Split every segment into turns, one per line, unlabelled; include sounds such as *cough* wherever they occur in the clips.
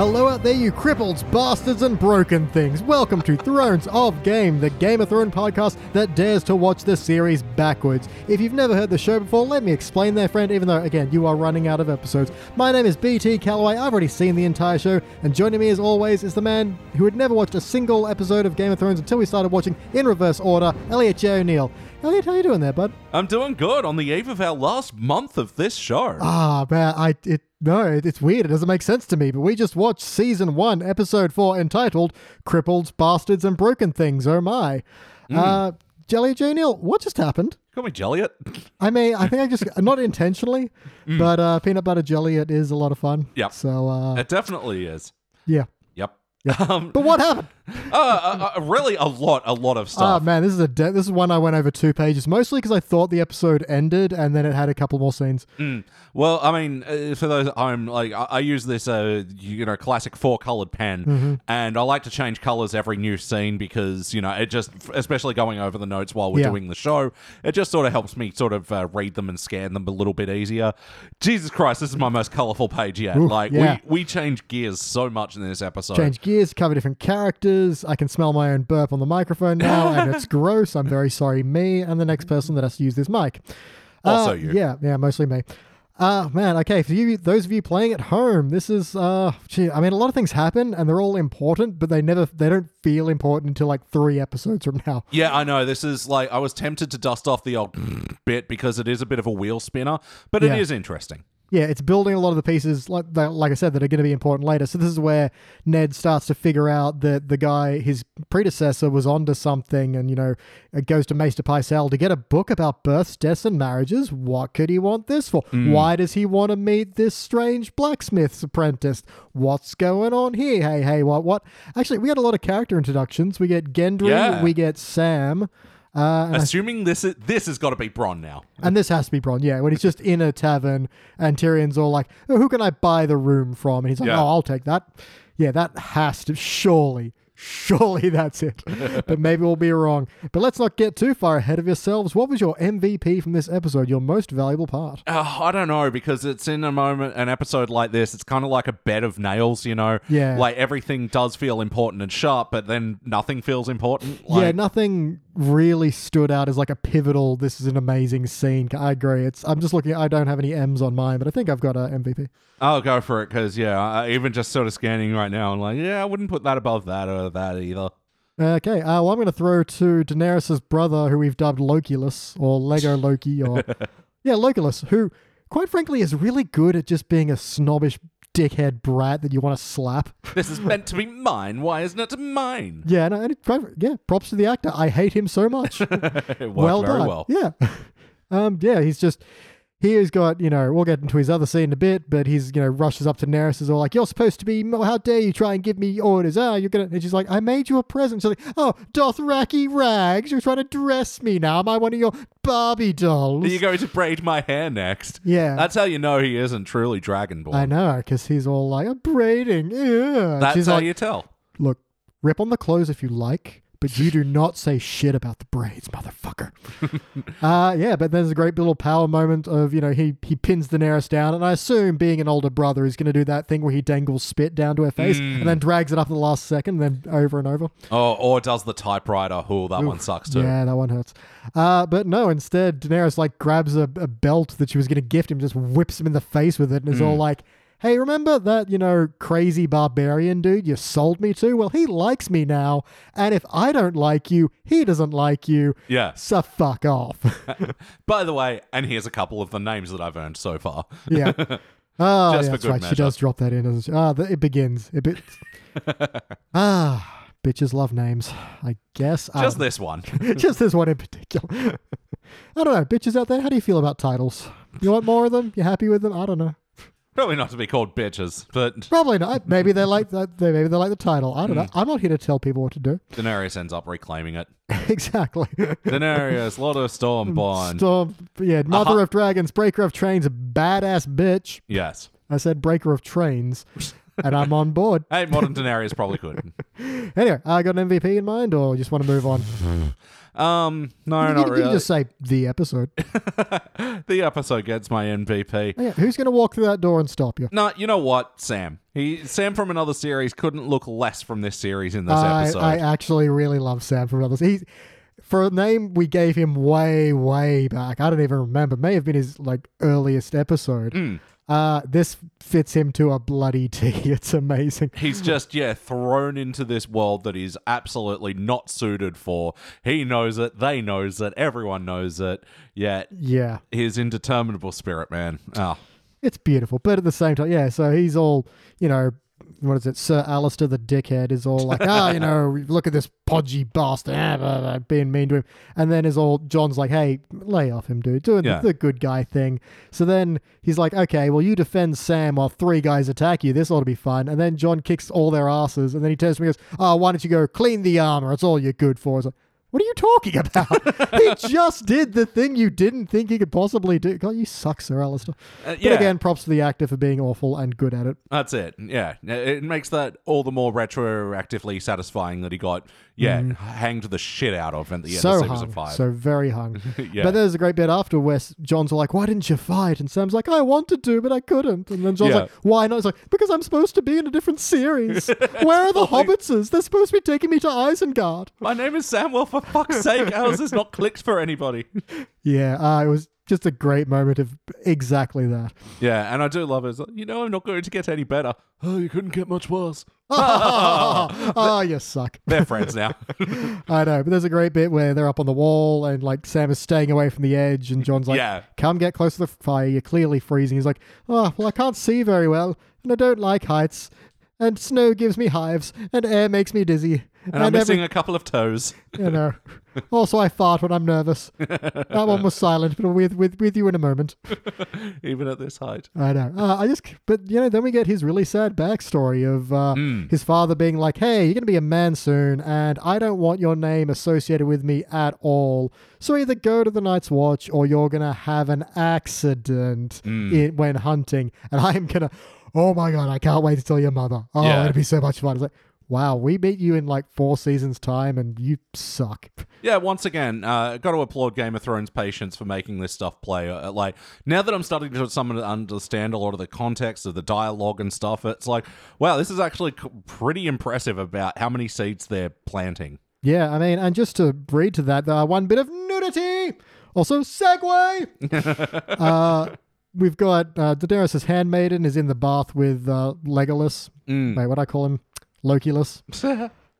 Hello out there, you cripples, bastards, and broken things. Welcome to Thrones of Game, the Game of Thrones podcast that dares to watch the series backwards. If you've never heard the show before, let me explain there, friend, even though, again, you are running out of episodes. My name is BT Calloway, I've already seen the entire show, and joining me as always is the man who had never watched a single episode of Game of Thrones until we started watching in reverse order, Elliot J. O'Neill. Elliot, how you doing there, bud?
I'm doing good on the eve of our last month of this show.
Ah, man, I it no, it, it's weird. It doesn't make sense to me. But we just watched season one, episode four, entitled "Crippled Bastards and Broken Things." Oh my, uh, Jelly J Neil, what just happened?
Call
*laughs*
me Jelliot.
I mean, I think I just *laughs* not intentionally, but uh, peanut butter jelly. It is a lot of fun.
Yeah.
So uh,
It definitely is.
yeah.
Yep.
But what happened?
Uh, uh, uh, really, a lot, a lot of
Oh
stuff.
man, this is a de- this is one I went over two pages mostly because I thought the episode ended and then it had a couple more scenes.
Mm. Well, I mean, uh, for those, I'm like, I, I use this, uh, you know, classic four colored pen,
Mm-hmm.
and I like to change colors every new scene because, you know, it just, especially going over the notes while we're
Yeah.
doing the show, it just sort of helps me sort of uh, read them and scan them a little bit easier. Jesus Christ, this is my most colorful page yet. like,
yeah.
we, we change gears so much in this episode.
change gears, cover different characters. I can smell my own burp on the microphone now,
*laughs*
and it's gross. I'm very sorry, me and the next person that has to use this mic.
Also
Uh,
you.
Yeah, yeah, mostly me. Uh, man, okay, for you, those of you playing at home, this is, uh, gee, I mean, a lot of things happen and they're all important, but they never, they don't feel important until like three episodes from now.
Yeah, I know. This is like I was tempted to dust off the old *clears throat* bit because it is a bit of a wheel spinner, but
Yeah.
it is interesting.
Yeah, it's building a lot of the pieces, like that, like I said, that are going to be important later. So this is where Ned starts to figure out that the guy, his predecessor, was onto something, and you know, it goes to Maester Pycelle to get a book about births, deaths, and marriages. What could he want this for? Why does he want to meet this strange blacksmith's apprentice? What's going on here? Hey, hey, what, what? Actually, we had a lot of character introductions. We get Gendry,
Yeah.
we get Sam. Uh, and I
Assuming this is this has got to be Bron now.
and this has to be Bron, yeah. When he's just in a tavern and Tyrion's all like, "Oh, who can I buy the room from? And he's like,
Yeah.
oh, I'll take that. Yeah, that has to, surely, surely *laughs* that's it. but maybe we'll be wrong. But let's not get too far ahead of yourselves. What was your MVP from this episode, your most valuable part?
Uh, I don't know because it's in a moment an episode like this. It's kind of like a bed of nails, you know.
Yeah.
Like everything does feel important and sharp, but then nothing feels important. Like,
yeah, nothing really stood out as like a pivotal, this is an amazing scene. I agree. It's I'm just looking, I don't have any M's on mine, but I think I've got a MVP.
I'll go for it because yeah, I, even just sort of scanning right now, I'm like, yeah, I wouldn't put that above that or that either.
Okay, uh, well, I'm going to throw to Daenerys' brother, who we've dubbed Loculus or Lego Loki, or yeah, Loculus, who, quite frankly, is really good at just being a snobbish dickhead brat that you want to slap. *laughs*
This is meant to be mine. Why isn't it mine? *laughs*
Yeah, no, and it, yeah, props to the actor. I hate him so much.
It worked
well
very
done.
well.
Yeah. *laughs* Um, yeah, he's just he has got, you know, we'll get into his other scene in a bit, but he's, you know, rushes up to Neris is all like, You're supposed to be oh, how dare you try and give me orders. Ah, you're gonna and she's like, I made you a present. She's like, Oh, Dothraki rags, you're trying to dress me now. Am I one of your Barbie dolls?
Are you going to braid my hair next?
Yeah.
That's how you know he isn't truly Dragonborn.
I know, because he's all like, I'm braiding. Yeah.
That's
she's
how
like,
you tell.
Look, rip on the clothes if you like, but you do not say shit about the braids, motherfucker. uh, yeah, but there's a great little power moment of, you know, he, he pins Daenerys down, and I assume being an older brother, he's going to do that thing where he dangles spit down to her face and then drags it up at the last second, and then over and over.
Oh, or does the typewriter? Oh, that one sucks too.
Yeah, that one hurts. Uh, but no, instead, Daenerys, like, grabs a, a belt that she was going to gift him, just whips him in the face with it, and is all
Mm.
like, Hey, remember that, you know, crazy barbarian dude you sold me to? Well, he likes me now. And if I don't like you, he doesn't like you.
Yeah.
So fuck
*laughs*
off. *laughs*
By the way, and here's a couple of the names that I've earned so far.
yeah. Oh,
Just
yeah,
for
that's
good
right. She
measure.
does drop that in, doesn't she? Ah, the, it begins.
*laughs*
It be- ah, bitches love names, I guess. Ah, I
Just
don't
this one. *laughs*
know. *laughs* just this one in particular. *laughs* I don't know, bitches out there. How do you feel about titles? You want more of them? You happy with them? I don't know.
Probably not to be called bitches, but
Probably not. Maybe they like that. They maybe they like the title. I don't know. I'm not here to tell people what to do.
Daenerys ends up reclaiming it.
exactly.
Daenerys, Lord of
*laughs*
Stormborn.
Storm, yeah, mother of dragons, breaker of trains, badass bitch.
yes.
I said breaker of trains. and I'm on board.
Hey, modern Daenerys
*laughs*
probably could.
Anyway, I got an MVP in mind, or just want to move on?
Um, no,
you,
not
can- you
really.
can just say the episode. Oh,
The episode gets my MVP.
Yeah, who's going to walk through that door and stop you?
No, you know what, Sam? He Sam from another series couldn't look less from this series in this
I,
episode.
I actually really love Sam from others. He's for a name we gave him way, way back. I don't even remember. May have been his like earliest episode.
Mm.
Uh, this fits him to a bloody *laughs* T. It's amazing.
He's just yeah thrown into this world that he's absolutely not suited for. He knows it. They knows it. Everyone knows it. Yet
Yeah,
his indeterminable spirit, man. Oh,
it's beautiful. But at the same time, yeah. So he's all you know. What is it? Sir Alistair the dickhead is all like, ah, you know, *laughs* look at this podgy bastard ah, blah, blah, being mean to him. And then is all, John's like, hey, lay off him, dude, doing
Yeah.
the, the good guy thing. So then he's like, okay, well, you defend Sam while three guys attack you. This ought to be fun. And then John kicks all their asses. And then he turns to me and goes, oh, why don't you go clean the armor? It's all you're good for. It's like, what are you talking about? *laughs* he just did the thing you didn't think he could possibly do. God, you suck, Sir Alistair.
Uh,
But
yeah.
again, props to the actor for being awful and good at it.
that's it. Yeah, it makes that all the more retroactively satisfying that he got yeah hanged the shit out of at the end
Mm. so
of season
hung,
five.
so very hung.
*laughs* Yeah.
But there's a great bit after where John's like, "Why didn't you fight?" And Sam's like, "I wanted to, but I couldn't." And then John's
Yeah.
like, "Why not?" It's like, "Because I'm supposed to be in a different
*laughs*
series. Where are the hobbitses? They're supposed to be taking me to Isengard."
My name is Samwell. For fuck's sake, how is
*laughs*
this not clicked for anybody?
Yeah, uh, it was just a great moment of exactly
*laughs*
that. *laughs*
Yeah, and I do love it. It's like, you know, I'm not going to get any better. Oh, you couldn't get much worse.
oh, you suck.
They're
*laughs*
friends now.
I know, but there's a great bit where they're up on the wall and like Sam is staying away from the edge, and John's like,
Yeah.
"Come get close to the fire. You're clearly freezing." He's like, "Oh, well, I can't see very well, and I don't like heights, and snow gives me hives, and air makes me dizzy,
and I'm missing
every-
a couple of toes. *laughs*
you know. also, I fart when I'm nervous. that one
*laughs*
was silent, but with with with you in a moment.
even at this height.
I know. Uh, I just, but you know, then we get his really sad backstory of uh,
Hmm.
his father being like, "Hey, you're gonna be a man soon, and I don't want your name associated with me at all. So either go to the Night's Watch, or you're gonna have an accident in, when hunting, and *laughs* I'm gonna. Oh my god, I can't wait to tell your mother. Oh,
Yeah.
it'll be so much fun. It's like, wow, we beat you in like four seasons time, and you suck.
Yeah, once again, uh, got to applaud Game of Thrones patience for making this stuff play. Uh, like now that I'm starting to some to understand a lot of the context of the dialogue and stuff, it's like, wow, this is actually c- pretty impressive about how many seeds they're planting.
Yeah, I mean, and just to read to that, uh, one bit of nudity. Also, segue. uh, we've got uh, Daenerys' handmaiden is in the bath with uh, Legolas. Wait, what I call him? Lokilus.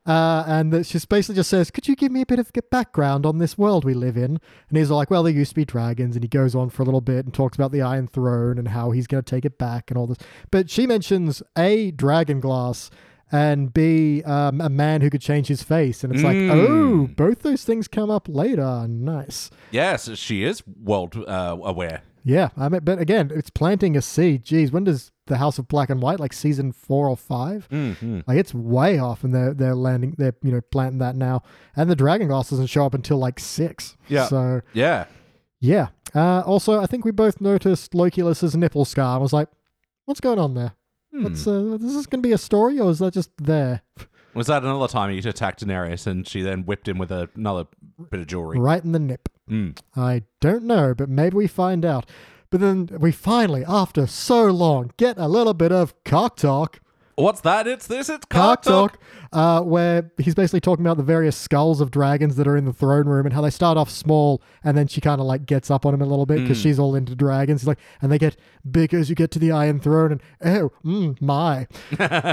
Uh, and that she basically just says, Could you give me a bit of g- background on this world we live in? And he's like, Well, there used to be dragons. And he goes on for a little bit and talks about the Iron Throne and how he's going to take it back and all this. But she mentions A, dragon glass, and B, um, a man who could change his face. And it's like, Oh, both those things come up later. Nice.
Yes, she is world uh, aware.
Yeah. I mean, but again, it's planting a seed. Geez, when does the House of Black and White, like season four or 5 Like it's way off, and they're they're landing, they're you know planting that now, and the dragon glass doesn't show up until like six.
Yeah.
So
Yeah,
yeah. Uh, also, I think we both noticed Loculus's nipple scar. I was like, what's going on there? That's uh, is this going to be a story, or is that just there,
was that another time he attacked Daenerys and she then whipped him with a- another bit of jewelry?
right in the nip?
Mm.
I don't know, but maybe we find out. But then we finally, after so long, get a little bit of cock talk.
What's that? It's this. It's
Cock
cock
Talk, uh, where he's basically talking about the various skulls of dragons that are in the throne room and how they start off small and then she kind of like gets up on him a little bit because she's all into dragons. He's like, and they get bigger as you get to the Iron Throne, and oh, mm, *laughs* my.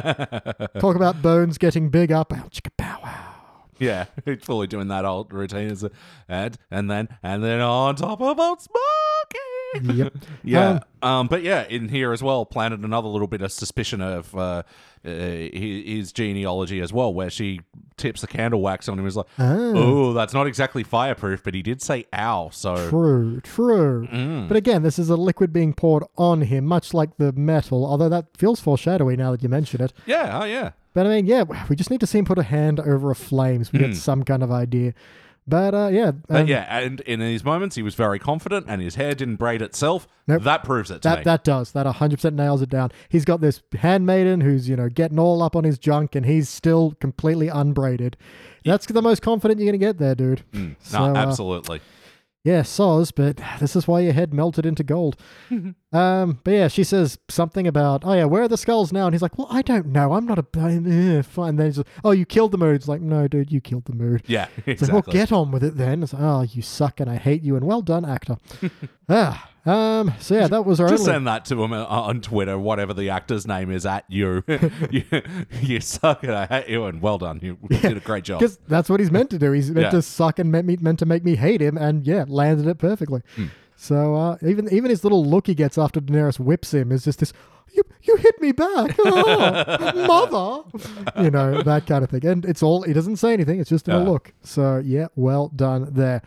Talk about bones getting big up. Ow, chicka pow wow.
Yeah, *laughs* he's fully doing that old routine. Is and and then and then on top of old Smokey.
Yep.
*laughs* Yeah, um, but yeah, in here as well, planted another little bit of suspicion of uh, uh, hi- his genealogy as well, where she tips the candle wax on him. Is like,
Ah.
oh, that's not exactly fireproof, but he did say ow, so
True, Mm. true. But again, this is a liquid being poured on him, much like the metal, although that feels foreshadowy now that you mention it.
yeah, oh yeah,
But I mean, yeah, we just need to see him put a hand over a flame so we get some kind of idea. But uh, yeah,
Hmm. But
um,
yeah, and in these moments, he was very confident, and his hair didn't braid itself.
Nope.
That proves it to
That,
me.
that does. That 100% nails it down. He's got this handmaiden who's, you know, getting all up on his junk and he's still completely unbraided. That's the most confident you're going to get there, dude. So,
no,
uh,
Hmm. absolutely.
yeah, soz, but this is why your head melted into gold. um, but yeah, she says something about, oh yeah, where are the skulls now? And he's like, well, I don't know. I'm not a. I'm, uh, fine. And then he's like, oh, you killed the mood. It's like, no, dude, you killed the mood.
yeah, *laughs*
It's like,
exactly.
well, get on with it then. It's like, oh, you suck and I hate you and well done,
*laughs*
actor. ah, um, so yeah, that was our
Just
only...
send that to him uh, on Twitter, whatever the actor's name is, at you. *laughs* you, you suck and I hate you, and well done. You did a great job.
Because that's what he's meant to do. He's meant
Yeah.
to suck and meant, me, meant to make me hate him, and yeah, landed it perfectly.
Hmm.
So uh, even even his little look he gets after Daenerys whips him is just this. You, you hit me back, *laughs* oh, mother. You know that kind of thing, and it's all. He doesn't say anything. It's just in a
Yeah.
look. So yeah, well done there.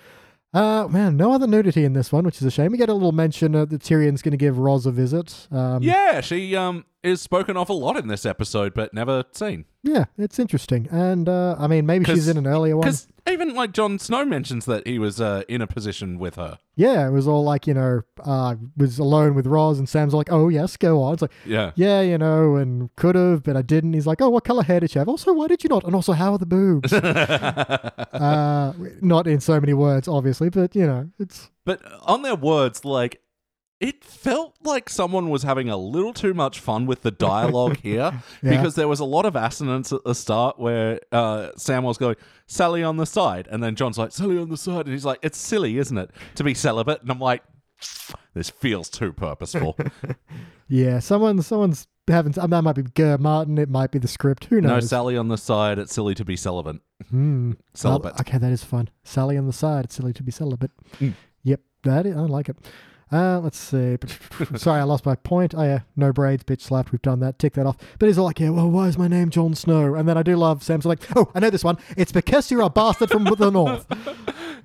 Uh, man, no other nudity in this one, which is a shame. We get a little mention uh, that Tyrion's going to give Roz a visit. Um,
Yeah, she um is spoken of a lot in this episode, but never seen.
yeah, it's interesting, and uh, I mean, maybe
'Cause-
she's in an earlier one.
Because even like Jon Snow mentions that he was uh, in a position with her.
Yeah, it was all like, you know, uh, was alone with Roz, and Sam's like, oh, yes, go on. It's like,
Yeah.
yeah, you know, and could have, but I didn't. He's like, oh, what color hair did you have? Also, why did you not? And also, how are the boobs? uh, not in so many words, obviously, but, you know, it's.
But on their words, like it felt like someone was having a little too much fun with
*laughs*
the dialogue here
Yeah.
because there was a lot of assonance at the start where uh, Sam was going Sally on the side, and then John's like Sally on the side, and he's like, "It's silly, isn't it, to be celibate?" And I'm like, "This feels
*laughs*
too purposeful."
Yeah, someone, someone's having. I mean, that might be Ger Martin. It might be the script. Who
no
knows?
Sally on the side. It's silly to be celibate.
Hmm. Well,
Celibate.
okay, that is fun. Sally on the side. It's silly to be celibate. Yep, that is, I like it. Uh, let's see. Sorry, I lost my point. Oh, yeah, no braids, bitch slapped. We've done that. Tick that off. But he's all like, yeah, well, why is my name Jon Snow? And then I do love Sam's like, oh, I know this one. It's because you're a bastard from the north.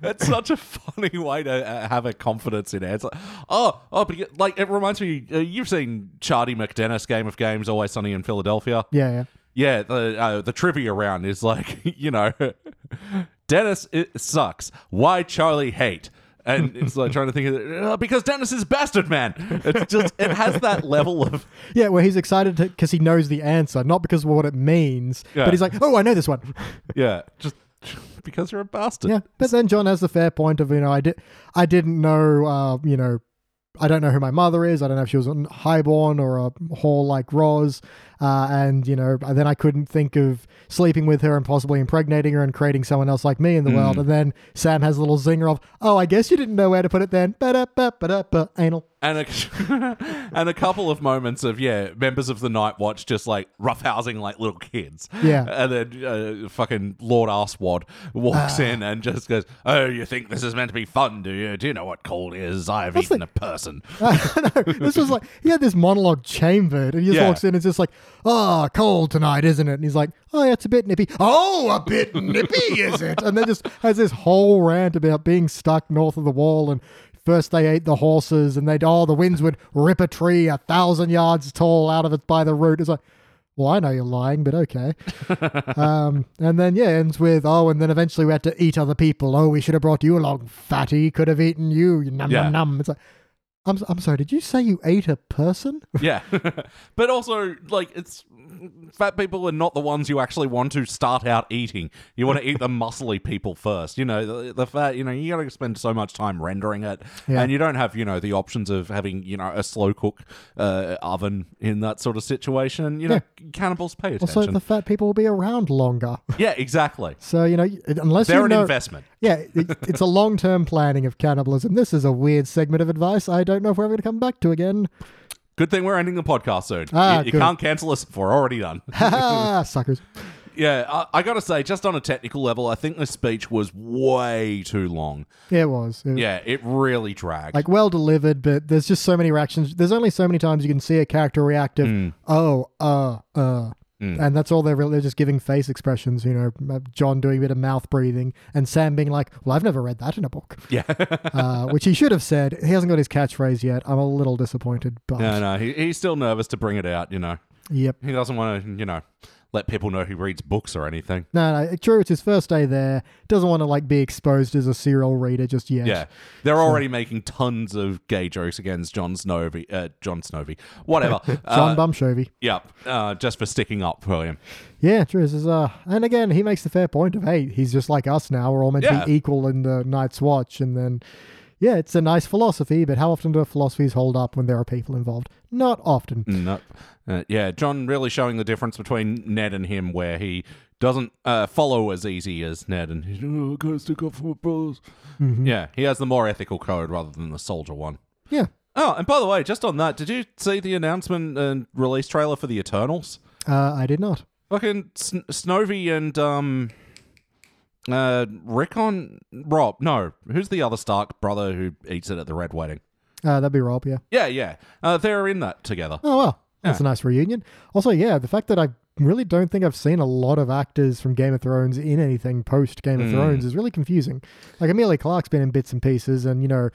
That's such a funny way to uh, have a confidence in it. It's like, oh, oh, but you- like it reminds me. Uh, you've seen Charlie McDennis Game of Games, Always Sunny in Philadelphia.
Yeah, yeah.
Yeah, the uh, the trivia round is like, *laughs* you know, Dennis it sucks. Why Charlie hate? And it's like trying to think of it, uh, because Dennis is a bastard man. It's just it has that level of *laughs*
Yeah, where he's excited because he knows the answer, not because of what it means.
Yeah.
But he's like, oh, I know this one.
yeah, just *laughs* because you're a bastard.
Yeah, but then John has the fair point of you know I did I didn't know uh, you know I don't know who my mother is. I don't know if she was an highborn or a whore like Roz, uh, and you know then I couldn't think of sleeping with her and possibly impregnating her and creating someone else like me in the world. And then Sam has a little zinger of oh I guess you didn't know where to put it then. Ba-da-ba-ba-da-ba, anal.
and a *laughs* and a couple of moments of yeah, members of the Night Watch just like roughhousing like little kids.
Yeah.
and then uh, fucking Lord Asswad walks in and just goes, "Oh, you think this is meant to be fun? Do you? Do you know what cold is? I've eaten a person."
*laughs* I know. This was like he had this monologue chambered, and he just
Yeah.
walks in and it's just like, "Oh, cold tonight, isn't it?" And he's like, "Oh, yeah, it's a bit nippy." Oh, a bit nippy, is it? And then just has this whole rant about being stuck north of the wall, and first they ate the horses, and they would oh, the winds would rip a tree a thousand yards tall out of it by the root. It's like. Well, I know you're lying, but okay. um, and then, yeah, ends with, oh, and then eventually we had to eat other people. Oh, we should have brought you along, fatty. Could have eaten you. Num,
Yeah.
num, num. It's like, I'm, I'm sorry, did you say you ate a
*laughs*
person?
yeah, but also like it's fat people are not the ones you actually want to start out eating. You want
*laughs*
to eat the muscly people first. You know the, the fat. You know you got to spend so much time rendering it,
Yeah.
and you don't have you know the options of having you know a slow cook uh, oven in that sort of situation. You know cannibals pay attention.
Also, the fat people will be around longer.
yeah, exactly.
So, you know, y- unless
They're
you
an
know.
investment.
yeah, it, it's a long term planning of cannibalism. This is a weird segment of advice I don't know if we're ever going to come back to again. *laughs*
Good thing we're ending the podcast soon.
Ah,
you you
good.
can't cancel us if we're
*laughs*
already done.
Ha ha, suckers.
yeah, I, I got to say, just on a technical level, I think this speech was way too long.
It was. It-
Yeah, it really dragged.
Like, well delivered, but there's just so many reactions. There's only so many times you can see a character react of,
Mm.
oh, uh, uh. And that's all they're really, they're just giving face expressions, you know, uh, John doing a bit of mouth breathing and Sam being like, well, I've never read that in a book.
*laughs* yeah.
uh, which he should have said. He hasn't got his catchphrase yet. I'm a little disappointed, but
no, no, he, he's still nervous to bring it out, you know.
yep,
He doesn't want to, you know, let people know who reads books or anything.
No, no, true. It's his first day there. Doesn't want to like be exposed as a serial reader just yet.
Yeah, they're already making tons of gay jokes against John Snovey, uh, John Snovey, whatever.
John
uh,
Bumshovey.
yeah, uh, just for sticking up for him.
Yeah, true. This is, uh, and again, he makes the fair point of hey, he's just like us now. We're all meant
Yeah.
to be equal in the Night's Watch, and then yeah, it's a nice philosophy. But how often do philosophies hold up when there are people involved? Not often.
Nope. Uh, yeah, John really showing the difference between Ned and him, where he doesn't uh, follow as easy as Ned, and he's oh, I gotta stick up for my brothers. Yeah, he has the more ethical code rather than the soldier one.
Yeah.
Oh, and by the way, just on that, did you see the announcement and release trailer for the Eternals?
Uh, I did not.
Fucking Sn- Snovey and um, uh, Rickon Rob. No, who's the other Stark brother who eats it at the Red Wedding?
Uh, that'd be Rob. Yeah.
Yeah, yeah, uh, they're in that together.
Oh well, that's a nice reunion. Also, yeah, the fact that I really don't think I've seen a lot of actors from Game of Thrones in anything post Game of Thrones is really confusing. Like Amelia Clark's been in bits and pieces, and you know.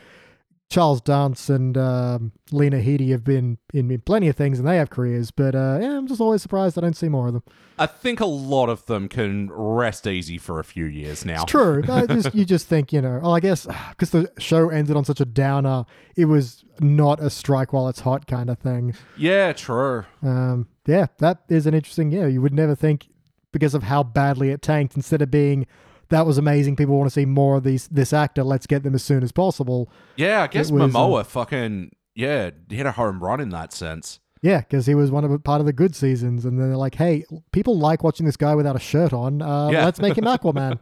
Charles Dance and um, Lena Headey have been in, in plenty of things, and they have careers. But uh, yeah, I'm just always surprised I don't see more of them.
I think a lot of them can rest easy for a few years now.
True, I just, you just think you know. Oh, I guess *sighs* because the show ended on such a downer, it was not a strike while it's hot kind of thing.
Yeah, true.
Um, yeah, that is an interesting. Yeah, you would never think because of how badly it tanked. Instead of being that was amazing, people want to see more of these. This actor, let's get them as soon as possible.
Yeah, I guess
It was, um,
Momoa fucking yeah hit a home run in that sense.
Yeah, because he was one of part of the good seasons, and then they're like, hey, people like watching this guy without a shirt on. Uh,
Yeah.
Let's make him Aquaman.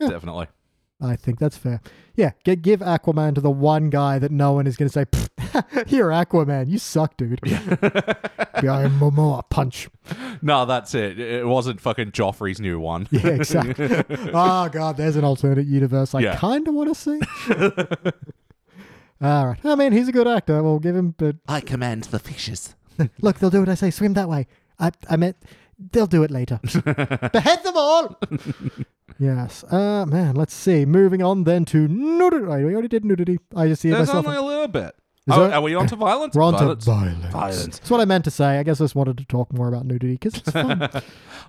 Definitely.
I think that's fair. Yeah, g- give Aquaman to the one guy that no one is going to say, "Pfft, *laughs* "You're Aquaman, you suck, dude." Be like, Momoa punch.
No, that's it. It wasn't fucking Joffrey's new one.
*laughs* Yeah, exactly. oh god, there's an alternate universe I
Yeah.
kind of want to
*laughs*
see. *laughs* All right. I mean, he's a good actor. We'll give him. But
I command the fishes.
look, they'll do what I say. Swim that way. I, I meant they'll do it
*laughs*
later. Behead them all. yes. Uh, man. Let's see. Moving on then to nudity. Wait, We already did nudity. I just see it
There's
myself.
only a little bit.
Is
Oh,
there-
are
*laughs*
we on to violence?
We're on to
Violence.
violence.
Violence.
That's what I meant to say. I guess I just wanted to talk more about nudity because it's
*laughs*
fun.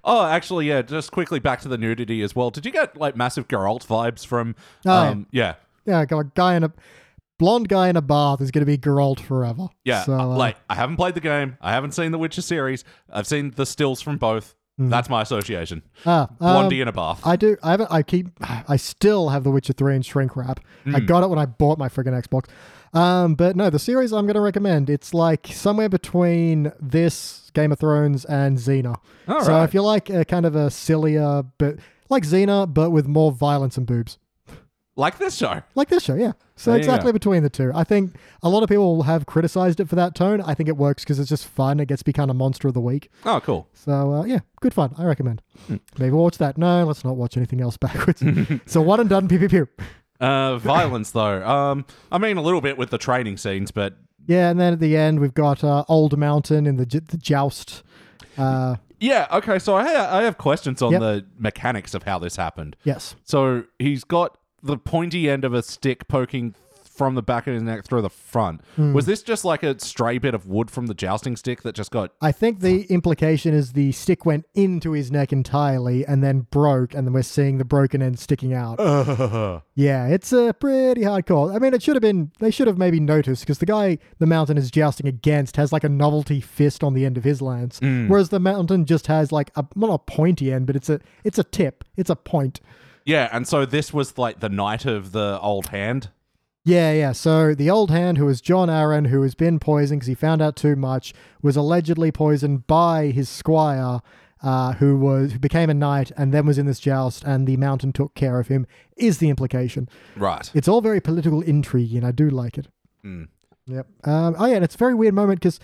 Oh, actually, yeah. Just quickly back to the nudity as well. Did you get like massive Geralt vibes from?
Oh,
um, yeah,
yeah, got a guy in a blonde guy in a bath is going to be Geralt forever.
yeah.
So,
Uh,
uh,
like, I haven't played the game. I haven't seen the Witcher series. I've seen the stills from both. That's my association.
ah, Mm-hmm. um,
Blondie in a bath.
I do. I haven't. I keep. I still have The Witcher Three in shrink wrap.
Hmm.
I got it when I bought my friggin' Xbox. Um, but no, the series I'm going to recommend. It's like somewhere between this Game of Thrones and Xena.
All
so
right.
if you like a kind of a sillier, but like Xena, but with more violence and boobs,
like this show.
like this show, yeah. So
There you
exactly
go.
between the two. I think a lot of people have criticized it for that tone. I think it works because it's just fun. It gets to be kind of monster of the week.
Oh, cool.
So uh, yeah, good fun. I recommend. Maybe we'll watch that. No, let's not watch anything else *laughs* backwards. so one and done. Pew pew pew. *laughs*
Uh, violence though. Um, I mean a little bit with the training scenes, but
Yeah, and then at the end we've got uh, Old Mountain and the j- the joust. Uh,
yeah. Okay, so I ha- I have questions on
Yep.
the mechanics of how this happened.
yes.
So he's got the pointy end of a stick poking from the back of his neck through the front.
Hmm.
Was this just like a stray bit of wood from the jousting stick that just got?
I think the implication is the stick went into his neck entirely and then broke, and then we're seeing the broken end sticking out. Yeah, it's a pretty hard call. I mean, it should have been, they should have maybe noticed because the guy the mountain is jousting against has like a novelty fist on the end of his lance, whereas the mountain just has like a, not a pointy end, but it's a, it's a tip, it's a point.
Yeah, and so this was like the night of the old hand.
Yeah, yeah. So the old hand, who is John Aaron, who has been poisoned because he found out too much, was allegedly poisoned by his squire, uh, who was who became a knight and then was in this joust, and the mountain took care of him. Is the implication?
Right.
It's all very political intrigue, and I do like it. Yep. Um, oh yeah, and it's a very weird moment because.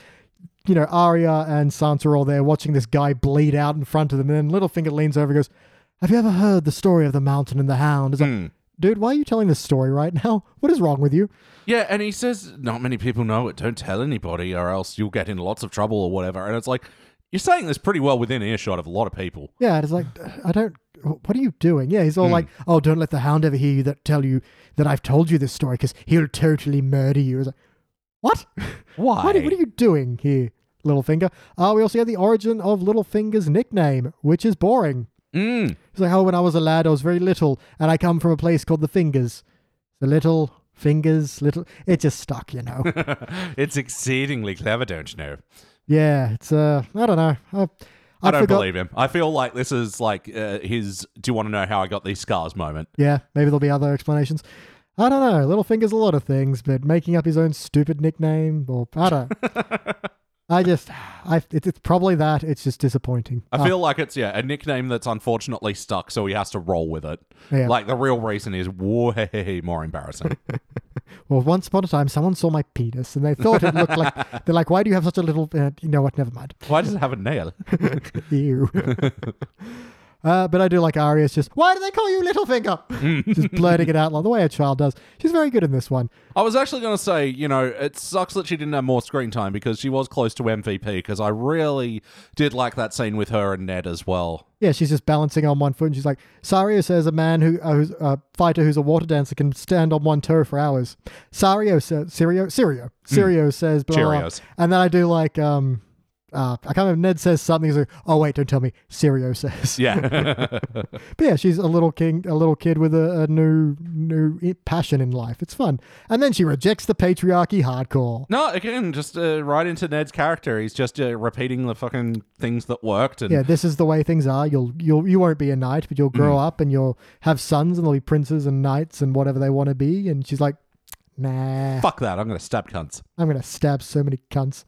You know, Arya and Sansa are all there watching this guy bleed out in front of them, and then Littlefinger leans over and goes, "Have you ever heard the story of the Mountain and the Hound?" It's like, dude, why are you telling this story right now? *laughs* What is wrong with you?
Yeah, and he says, Not many people know it. Don't tell anybody, or else you'll get in lots of trouble or whatever. And it's like, You're saying this pretty well within earshot of a lot of people.
Yeah, it's like I don't. What are you doing? Yeah, he's all like, "Oh, don't let the hound ever hear you that tell you that I've told you this story because he'll totally murder you." It's like, what? *laughs*
Why?
What are, what are you doing here? Littlefinger. Uh, we also get the origin of Littlefinger's nickname, which is boring.
Mm.
He's like, oh, when I was a lad, I was very little, and I come from a place called the Fingers. The little fingers, little. It just stuck, you
*laughs*
know.
it's exceedingly clever, don't you know?
yeah, it's uh, I don't know. I,
I don't
forgot-
believe him. I feel like this is like uh, his "Do you want to know how I got these scars?" moment.
Yeah, maybe there'll be other explanations. I don't know. Littlefinger's a lot of things, but making up his own stupid nickname, or I
*laughs*
don't. I just, I it, it's probably that. It's just disappointing.
I feel like it's yeah a nickname that's unfortunately stuck, so he has to roll with it.
Ah, Yeah.
Like the real reason is way
*laughs*
more embarrassing.
Well, once upon a time, someone saw my penis and they thought it looked like. They're like, why do you have such a little. Uh, you know what? Never mind.
Why does it have a nail?
Ew. uh, but I do like Arya's just, why do they call you Littlefinger? just blurting it out like the way a child does. She's very good in this one.
I was actually going to say, you know, it sucks that she didn't have more screen time because she was close to MVP. Because I really did like that scene with her and Ned as well.
Yeah, she's just balancing on one foot and she's like, Sario says a man who, uh, who's a fighter who's a water dancer can stand on one toe for hours. Sario says, Sirio, Sirio, Sirio says, blah, blah, blah.
Cheerios.
And then I do like, um, uh, I can't remember, Ned says something. He's like, oh, wait, don't tell me. Sirio says. *laughs*
Yeah,
But yeah, she's a little king, a little kid with a, a new new i- passion in life. It's fun, and then she rejects the patriarchy hardcore.
no, again, just uh, right into Ned's character. He's just uh, repeating the fucking things that worked, and
Yeah, this is the way things are. You'll you'll you won't be a knight, but you'll grow up and you'll have sons, and they'll be princes and knights and whatever they want to be. And she's like, Nah,
fuck that. I'm going to stab cunts.
I'm gonna stab so many cunts.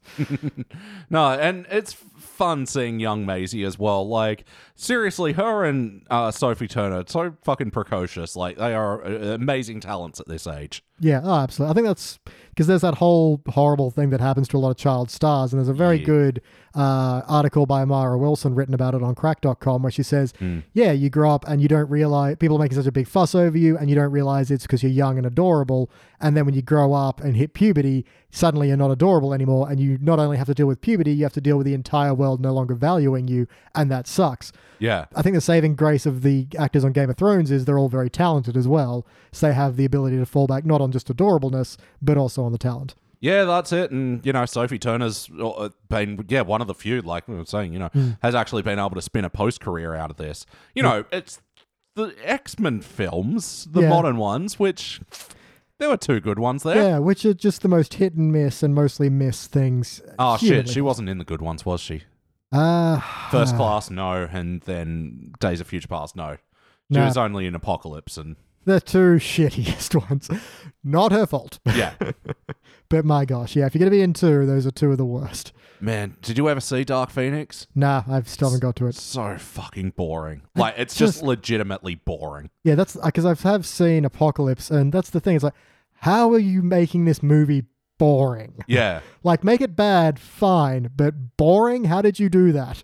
No, and it's f- fun seeing young Maisie as well. Like, seriously, her and uh, Sophie Turner, so fucking precocious. Like, they are uh, amazing talents at this age.
Yeah, oh, absolutely. I think that's because there's that whole horrible thing that happens to a lot of child stars, and there's a very
Yeah.
good uh, article by Myra Wilson written about it on crack.com where she says, Yeah, you grow up and you don't realize people are making such a big fuss over you, and you don't realize it's because you're young and adorable. And then when you grow up and hit puberty, suddenly you're not adorable anymore, and you not only have to deal with puberty, you have to deal with the entire world no longer valuing you, and that sucks.
Yeah.
I think the saving grace of the actors on Game of Thrones is they're all very talented as well. So they have the ability to fall back not on just adorableness, but also on the talent.
Yeah, that's it. And, you know, Sophie Turner's uh, been, yeah, one of the few, like we were saying, you know,
Hmm.
has actually been able to spin a post career out of this. You know, it's the X Men films, the
Yeah.
modern ones, which there were two good ones there.
Yeah, which are just the most hit and miss and mostly miss things.
Oh, shit.
humanly.
She wasn't in the good ones, was she?
Uh,
First Class, no. And then Days of Future Past, no. She
No.
was only in Apocalypse and.
the two *laughs* shittiest ones. Not her fault. *laughs*
*laughs* Yeah.
But my gosh, yeah, if you're going to be in two, those are two of the worst.
Man, did you ever see Dark Phoenix?
Nah, I still haven't got to it.
So fucking boring. Like, it's just,
just-
legitimately boring.
Yeah, that's because I have seen Apocalypse, and that's the thing. It's like, how are you making this movie boring?
*laughs* Yeah.
Like, make it bad, fine, but boring? How did you do that?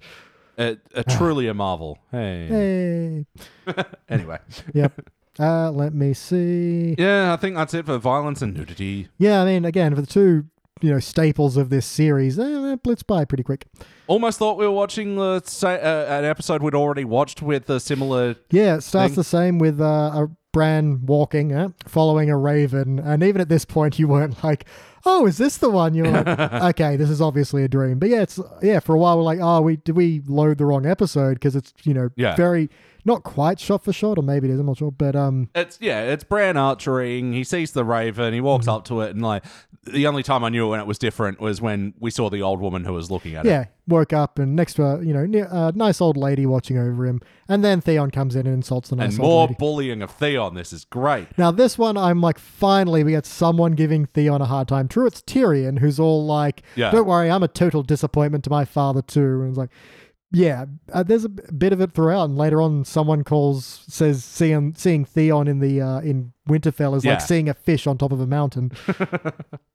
It, uh, truly a marvel. Hey.
Hey.
Anyway.
Yep. Uh, let me see.
Yeah, I think that's it for violence and nudity.
Yeah, I mean, again, for the two, you know, staples of this series, eh, they blitz by pretty quick.
Almost thought we were watching the sa- uh, an episode we'd already watched with a similar.
Yeah, it starts
Thing.
the same with uh, a Bran walking, eh, following a raven, and even at this point, you weren't like, "Oh, is this the one?" You're like, "Okay, this is obviously a dream." But yeah, it's yeah. For a while, we're like, "Oh, we did we load the wrong episode?" Because it's you know
Yeah.
very not quite shot for shot, or maybe it is. I'm not sure, but um,
It's yeah, it's Bran archering. He sees the raven. He walks
Mm-hmm.
up to it, and like the only time I knew when it was different was when we saw the old woman who was looking at it.
Yeah, woke up and next to a you know ne- a nice old lady watching over him, and then Theon comes in and insults the nice
And
old
more
lady.
bullying of Theon. This
*laughs*
is great.
Now this one, I'm like, finally we get someone giving Theon a hard time. True, it's Tyrion who's all like,
Yeah.
"Don't worry, I'm a total disappointment to my father too," and it's like. Yeah, uh, there's a b- bit of it throughout, and later on, someone calls says seeing seeing Theon in the uh, in Winterfell is
Yeah.
like seeing a fish on top of a
*laughs*
mountain.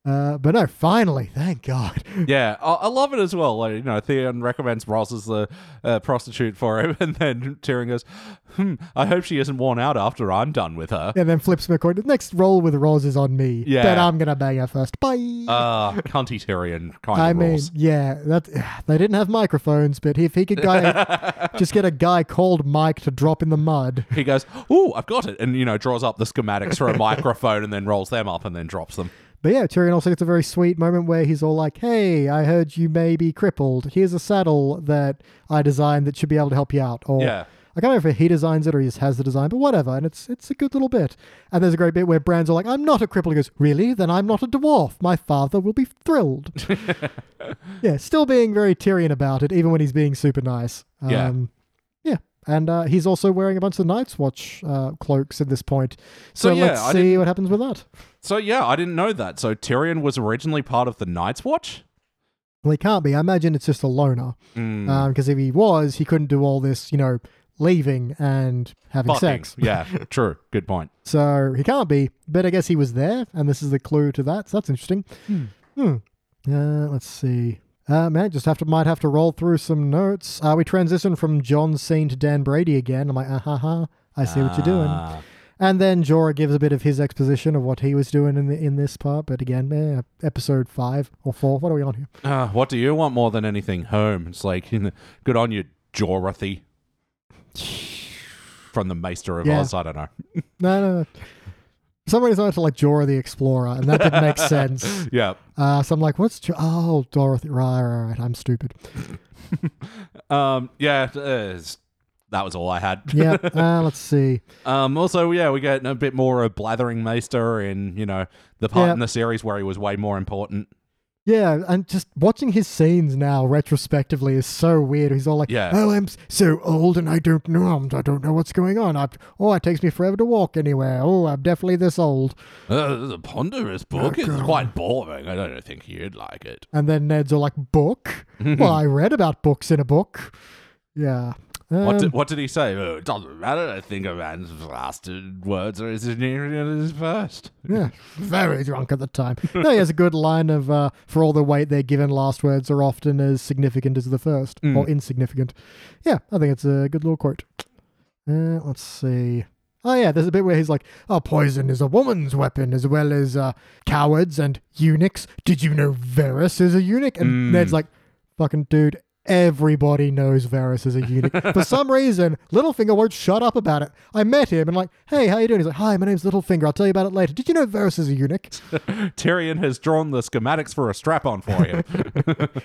uh, but no, finally, thank God.
Yeah, I, I love it as well. Like, you know, Theon recommends Ross as the uh, prostitute for him, *laughs* and then Tyrion goes, "Hmm, I hope she isn't worn out after I'm done with her."
and then flips McCoy. The next roll with Rose is on me.
Yeah.
But I'm gonna bang her first. Bye.
Ah, cunty Tyrion kind
I
of
mean,
rules.
yeah, that *sighs* they didn't have microphones, but if he could guy, just get a guy called Mike to drop in the mud. *laughs*
He goes, "Ooh, I've got it," and you know, draws up the schematics for a microphone, and then rolls them up, and then drops them.
But yeah, Tyrion also gets a very sweet moment where he's all like, "Hey, I heard you may be crippled. Here's a saddle that I designed that should be able to help you out." Or
Yeah.
I can't remember if he designs it or he just has the design, but whatever. And it's it's a good little bit. And there's a great bit where Bran's all like, "I'm not a cripple." He goes, "Really? Then I'm not a dwarf. My father will be
*laughs*
thrilled." yeah, still being very Tyrion about it, even when he's being super nice. Um,
Yeah.
yeah. And uh, he's also wearing a bunch of Night's Watch uh, cloaks at this point. So,
So, yeah,
let's
I
see what happens with that.
So yeah, I didn't know that. So Tyrion was originally part of the Night's Watch.
Well, he can't be. I imagine it's just a loner.
Mm,
Because if he was, he couldn't do all this, you know, leaving and having
fucking.
sex.
*laughs* Yeah, true. Good point.
So he can't be. But I guess he was there, and this is the clue to that. So that's interesting. Hmm. Uh, let's see. Uh, man, just have to might have to roll through some notes. Uh, we transition from John Cena to Dan Brady again. I'm like, ah ha ha, I see what you're doing.
Ah.
And then Jorah gives a bit of his exposition of what he was doing in the, in this part. But again, eh, episode five or four. What are we on here?
Ah, what do you want more than anything? Home. It's like, *laughs* good on you, Jorothy. *sighs* From the Maester of
Yeah.
Oz. I don't know. *laughs*
No, no, no. Somebody's not to like Jorah the Explorer, and that didn't make sense.
*laughs* Yeah.
Uh, so I'm like, what's jo- oh Dorothy? Right, right, right. I'm stupid.
Um. Yeah. uh, that was all I had. *laughs*
Yeah. Uh, let's see.
Um, also, yeah, we get a bit more of Blathering Maester in, you know, the part
Yeah.
in the series where he was way more important.
Yeah, and just watching his scenes now retrospectively is so weird. He's all like,
Yeah.
"Oh, I'm s- so old and I don't know. I'm- I don't know what's going on. I, oh, it takes me forever to walk anywhere. Oh, I'm definitely this old."
Uh, the ponderous book is quite boring. I don't think you'd like it.
And then Ned's all like,
*laughs*
"Book? well, I read about books in a book." Yeah.
What
Um,
did, what did he say? Oh, it doesn't matter. I think a man's last words are as ignorant as his first.
Yeah, *laughs* very drunk at the time. No, he has a good line of uh, "For all the weight their given last words are often as significant as the first, or insignificant." Yeah, I think it's a good little quote. Uh, let's see. Oh yeah, there's a bit where he's like, "Oh, poison is a woman's weapon as well as uh, cowards and eunuchs." Did you know Varus is a eunuch? And
Mm.
Ned's like, "Fucking dude." Everybody knows Varus is a eunuch. For some reason, Littlefinger won't shut up about it. I met him and like, hey, how you doing? He's like, hi, my name's Littlefinger. I'll tell you about it later. Did you know Varus is a eunuch?
Tyrion has drawn the schematics for a strap on for
*laughs*
him.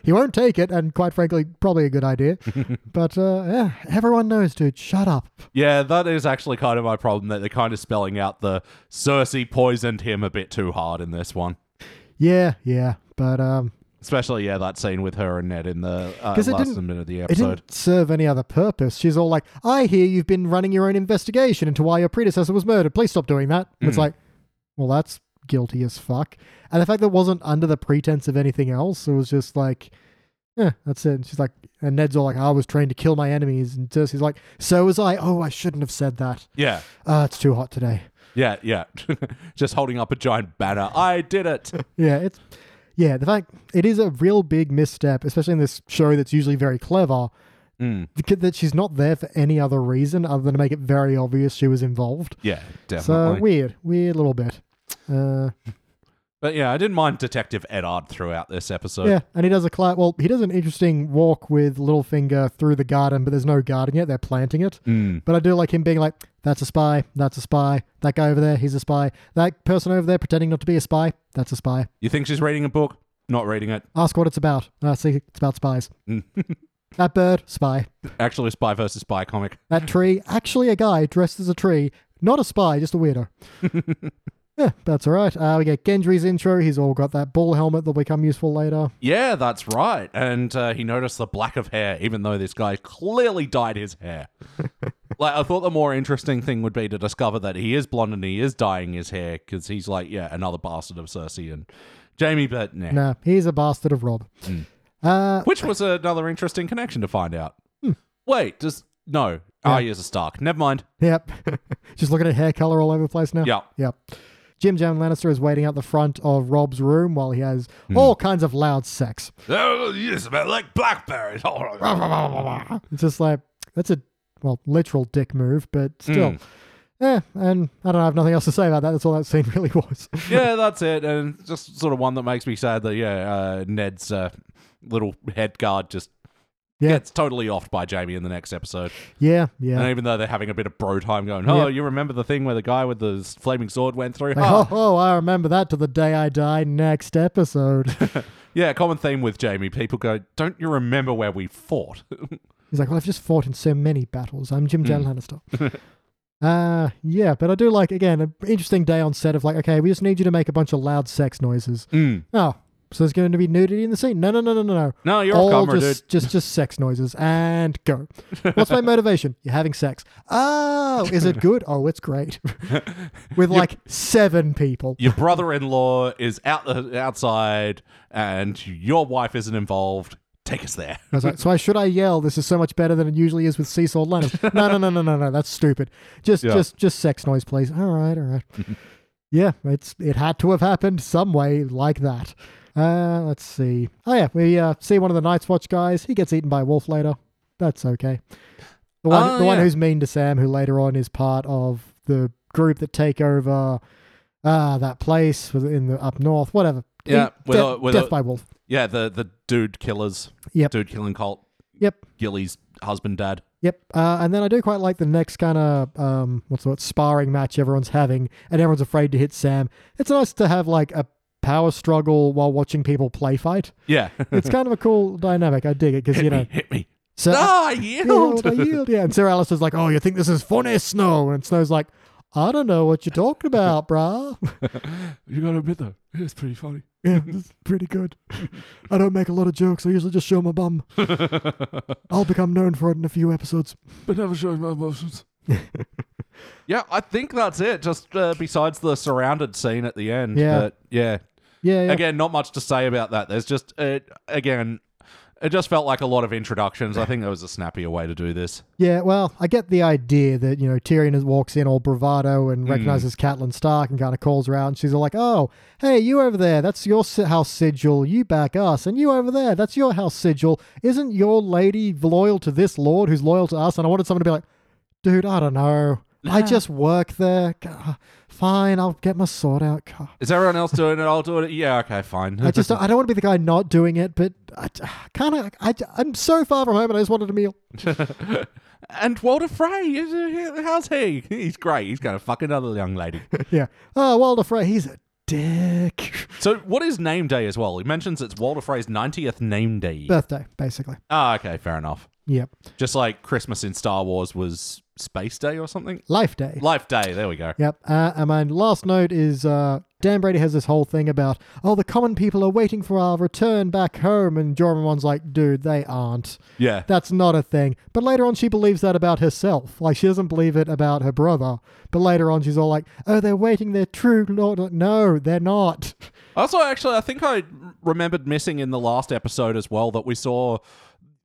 He won't take it, and quite frankly, probably a good idea. but uh, yeah, everyone knows, dude. Shut up.
yeah, that is actually kind of my problem that they're kind of spelling out the Cersei poisoned him a bit too hard in this one.
Yeah, yeah. But um,
Especially, yeah, that scene with her and Ned in the uh,
'Cause it
last
didn't-
minute of the
It
episode.
didn't serve any other purpose. She's all like, I hear you've been running your own investigation into why your predecessor was murdered. Please stop doing that. And It's like, well, that's guilty as fuck. And the fact that it wasn't under the pretense of anything else, it was just like, yeah, that's it. And she's like, and Ned's all like, I was trained to kill my enemies. And Cersei's like, so was I. Oh, I shouldn't have said that.
Yeah.
Ah, it's too hot today.
Yeah, yeah. *laughs* Just holding up a giant banner. I did it.
*laughs* Yeah, it's yeah. The fact it is a real big misstep, especially in this show that's usually very clever. th- That she's not there for any other reason other than to make it very obvious she was involved.
Yeah,
So
definitely.
weird, weird little bit. Uh,
but yeah, I didn't mind Detective Eddard throughout this episode.
yeah, and he does a cla- well. He does an interesting walk with Littlefinger through the garden, but there's no garden yet. They're planting it.
Hmm.
But I do like him being like, "That's a spy. That's a spy. That guy over there, he's a spy. That person over there pretending not to be a spy. That's a spy.
You think she's reading a book? Not reading it.
Ask what it's about. I see it's about spies. *laughs* that bird, spy.
Actually, Spy versus Spy comic.
That tree, actually a guy dressed as a tree, not a spy, just a weirdo. yeah, that's all right. Uh, we get Gendry's intro. He's all got that ball helmet that'll become useful later.
Yeah, that's right. And uh, he noticed the black of hair, even though this guy clearly dyed his *laughs* hair. like, I thought the more interesting thing would be to discover that he is blonde and he is dyeing his hair because he's like, yeah, another bastard of Cersei and Jamie, but nah.
Nah, he's a bastard of Rob. Uh,
Which was another interesting connection to find out. Wait, does no? Ah, he is a Stark. Never *laughs* mind.
yep. *laughs* just looking at hair color all over the place now.
Yeah.
Yep. Jim Jam Lannister is waiting out the front of Rob's room while he has all kinds of loud sex.
Oh, you smell like *laughs* blackberries.
It's just like that's a well literal dick move, but still. Yeah, and I don't know, I have nothing else to say about that. That's all that scene *laughs* really was.
yeah, that's it. And just sort of one that makes me sad that yeah, uh, Ned's uh, little head guard just
Yeah.
gets totally offed by Jamie in the next episode.
Yeah, yeah.
And even though they're having a bit of bro time going, oh,
Yeah.
you remember the thing where the guy with the s- flaming sword went through?
Like,
Oh.
oh, oh, *laughs* I remember that to the day I die. Next episode.
*laughs* Yeah, common theme with Jamie. People go, don't you remember where we fought? *laughs*
He's like, well, I've just fought in so many battles. I'm Jim Jan Lannister. uh, yeah, but I do like, again, an interesting day on set of like, okay, we just need you to make a bunch of loud sex noises.
Mm.
Oh, so there's going to be nudity in the scene? No, no, no, no, no, no.
No, you're
All
off camera, dude.
just, just, just sex noises and go. What's
*laughs*
my motivation? You're having sex. Oh, is it good? Oh, it's great. *laughs* With like seven people.
Your brother-in-law is out the outside, and your wife isn't involved. Take us there.
I was like, so I should I yell? This is so much better than it usually is with Cecil
*laughs*
Lennon. No, no, no, no, no, no. That's stupid. Just,
Yeah.
just, just sex noise, please. All right, all
*laughs*
right. yeah, it's it had to have happened some way like that. Uh, let's see. Oh yeah, we uh, see one of the Night's Watch guys. He gets eaten by a wolf later. That's okay. The one,
Oh,
the one
yeah.
who's mean to Sam, who later on is part of the group that take over. Ah, that place with- in the up north, whatever.
Yeah,
Eat-
with
death,
a- with
death
a-
by wolf.
Yeah, the the dude killers.
Yep.
Dude killing cult.
Yep.
Gilly's husband, dad.
Yep. Uh, and then I do quite like the next kind of um, what's the word, sparring match everyone's having, and everyone's afraid to hit Sam. It's nice to have like a power struggle while watching people play fight.
Yeah. *laughs*
It's *laughs* kind of a cool dynamic. I dig it because you know,
hit me.
so
Ah, I
yield,
yield.
I yield. Yeah. And Sarah Alice is like, "Oh, you think this is funny, Snow?" And Snow's like, "I don't know what you're talking about, bruh."
*laughs* You gotta admit though, it's pretty funny.
yeah, this is pretty good. I don't make a lot of jokes. I usually just show my
*laughs*
bum. I'll become known for it in a few episodes.
But never showing my emotions. yeah, I think that's it. Just uh, besides the surrounded scene at the end.
Yeah.
That, yeah.
Yeah. yeah.
Again, not much to say about that. There's just uh, again, it just felt like a lot of introductions. I think there was a snappier way to do this.
Yeah, well, I get the idea that, you know, Tyrion is- walks in all bravado and recognizes Catelyn Stark and kind of calls her out. And she's all like, oh, hey, you over there, that's your si- house sigil. You back us. And you over there, that's your house sigil. Isn't your lady loyal to this lord who's loyal to us? And I wanted someone to be like, dude, I don't know. I just work there. Gah, Fine, I'll get my sword out. Gah.
Is everyone else doing it? I'll do it. Yeah, okay, fine.
I
*laughs*
just I don't want to be the guy not doing it, but I kind of I, I'm so far from home and I just wanted a meal.
and Walter Frey, is- uh, how's he? He's great. He's got a fucking other young lady.
yeah. Oh, Walder Frey, he's a dick.
so, what is name day as well? He mentions it's Walter Frey's ninetieth name day.
birthday, basically.
Ah, okay, fair enough.
Yep.
Just like Christmas in Star Wars was Space Day or something.
Life day.
Life Day. There we go.
Yep. Uh, and my last note is uh, Dan Brady has this whole thing about, oh, the common people are waiting for our return back home. And Jorah One's like, dude, they aren't.
Yeah.
That's not a thing. But later on, she believes that about herself. Like, she doesn't believe it about her brother. But later on, she's all like, oh, they're waiting their true lord. No, they're not.
Also, actually, I think I remembered missing in the last episode as well that we saw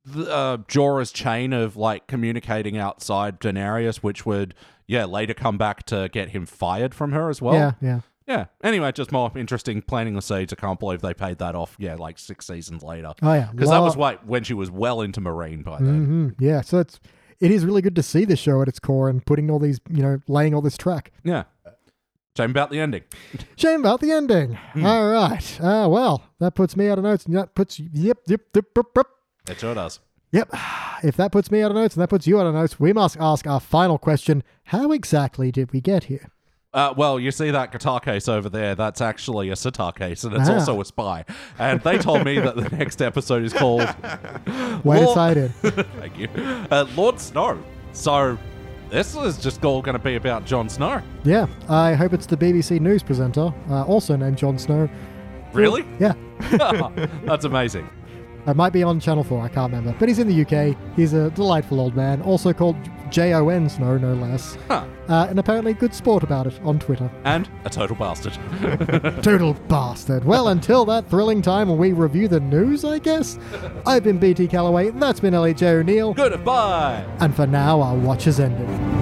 the, uh, Jorah's chain of like communicating outside Daenerys, which would yeah later come back to get him fired from her as well.
yeah, yeah.
Yeah. Anyway, just more interesting planting the seeds. I can't believe they paid that off. Yeah, like six seasons later.
Oh, yeah.
Because that
Lo-
was like when she was well into Marine by then.
Mhm. Yeah. So it's, it is really good to see the show at its core and putting all these, you know, laying all this track.
Yeah. Shame about the ending.
Shame about the ending. All right. Uh, well, that puts me out of notes. And that puts yep, yep, yep, yep, yep.
It sure does.
Yep. If that puts me out of notes and that puts you out of notes, we must ask our final question: How exactly did we get here?
Uh, well, you see that guitar case over there? That's actually a sitar case, and it's
Ah.
also a spy. And they told me that the next episode is called.
Way
Lord-
decided.
Thank you, uh, Lord Snow. So this is just all going to be about Jon Snow.
yeah. I hope it's the BBC news presenter, uh, also named Jon Snow.
Really?
Yeah.
That's amazing.
It might be on Channel Four. I can't remember. But he's in the UK. He's a delightful old man, also called J O N Snow, no less.
Huh.
Uh, and apparently, good sport about it on Twitter.
And a total bastard.
Total bastard. Well, until that thrilling time when we review the news, I guess. I've been BT Calloway, that's been LHJ O'Neill,
Goodbye.
and for now, our watch is ended.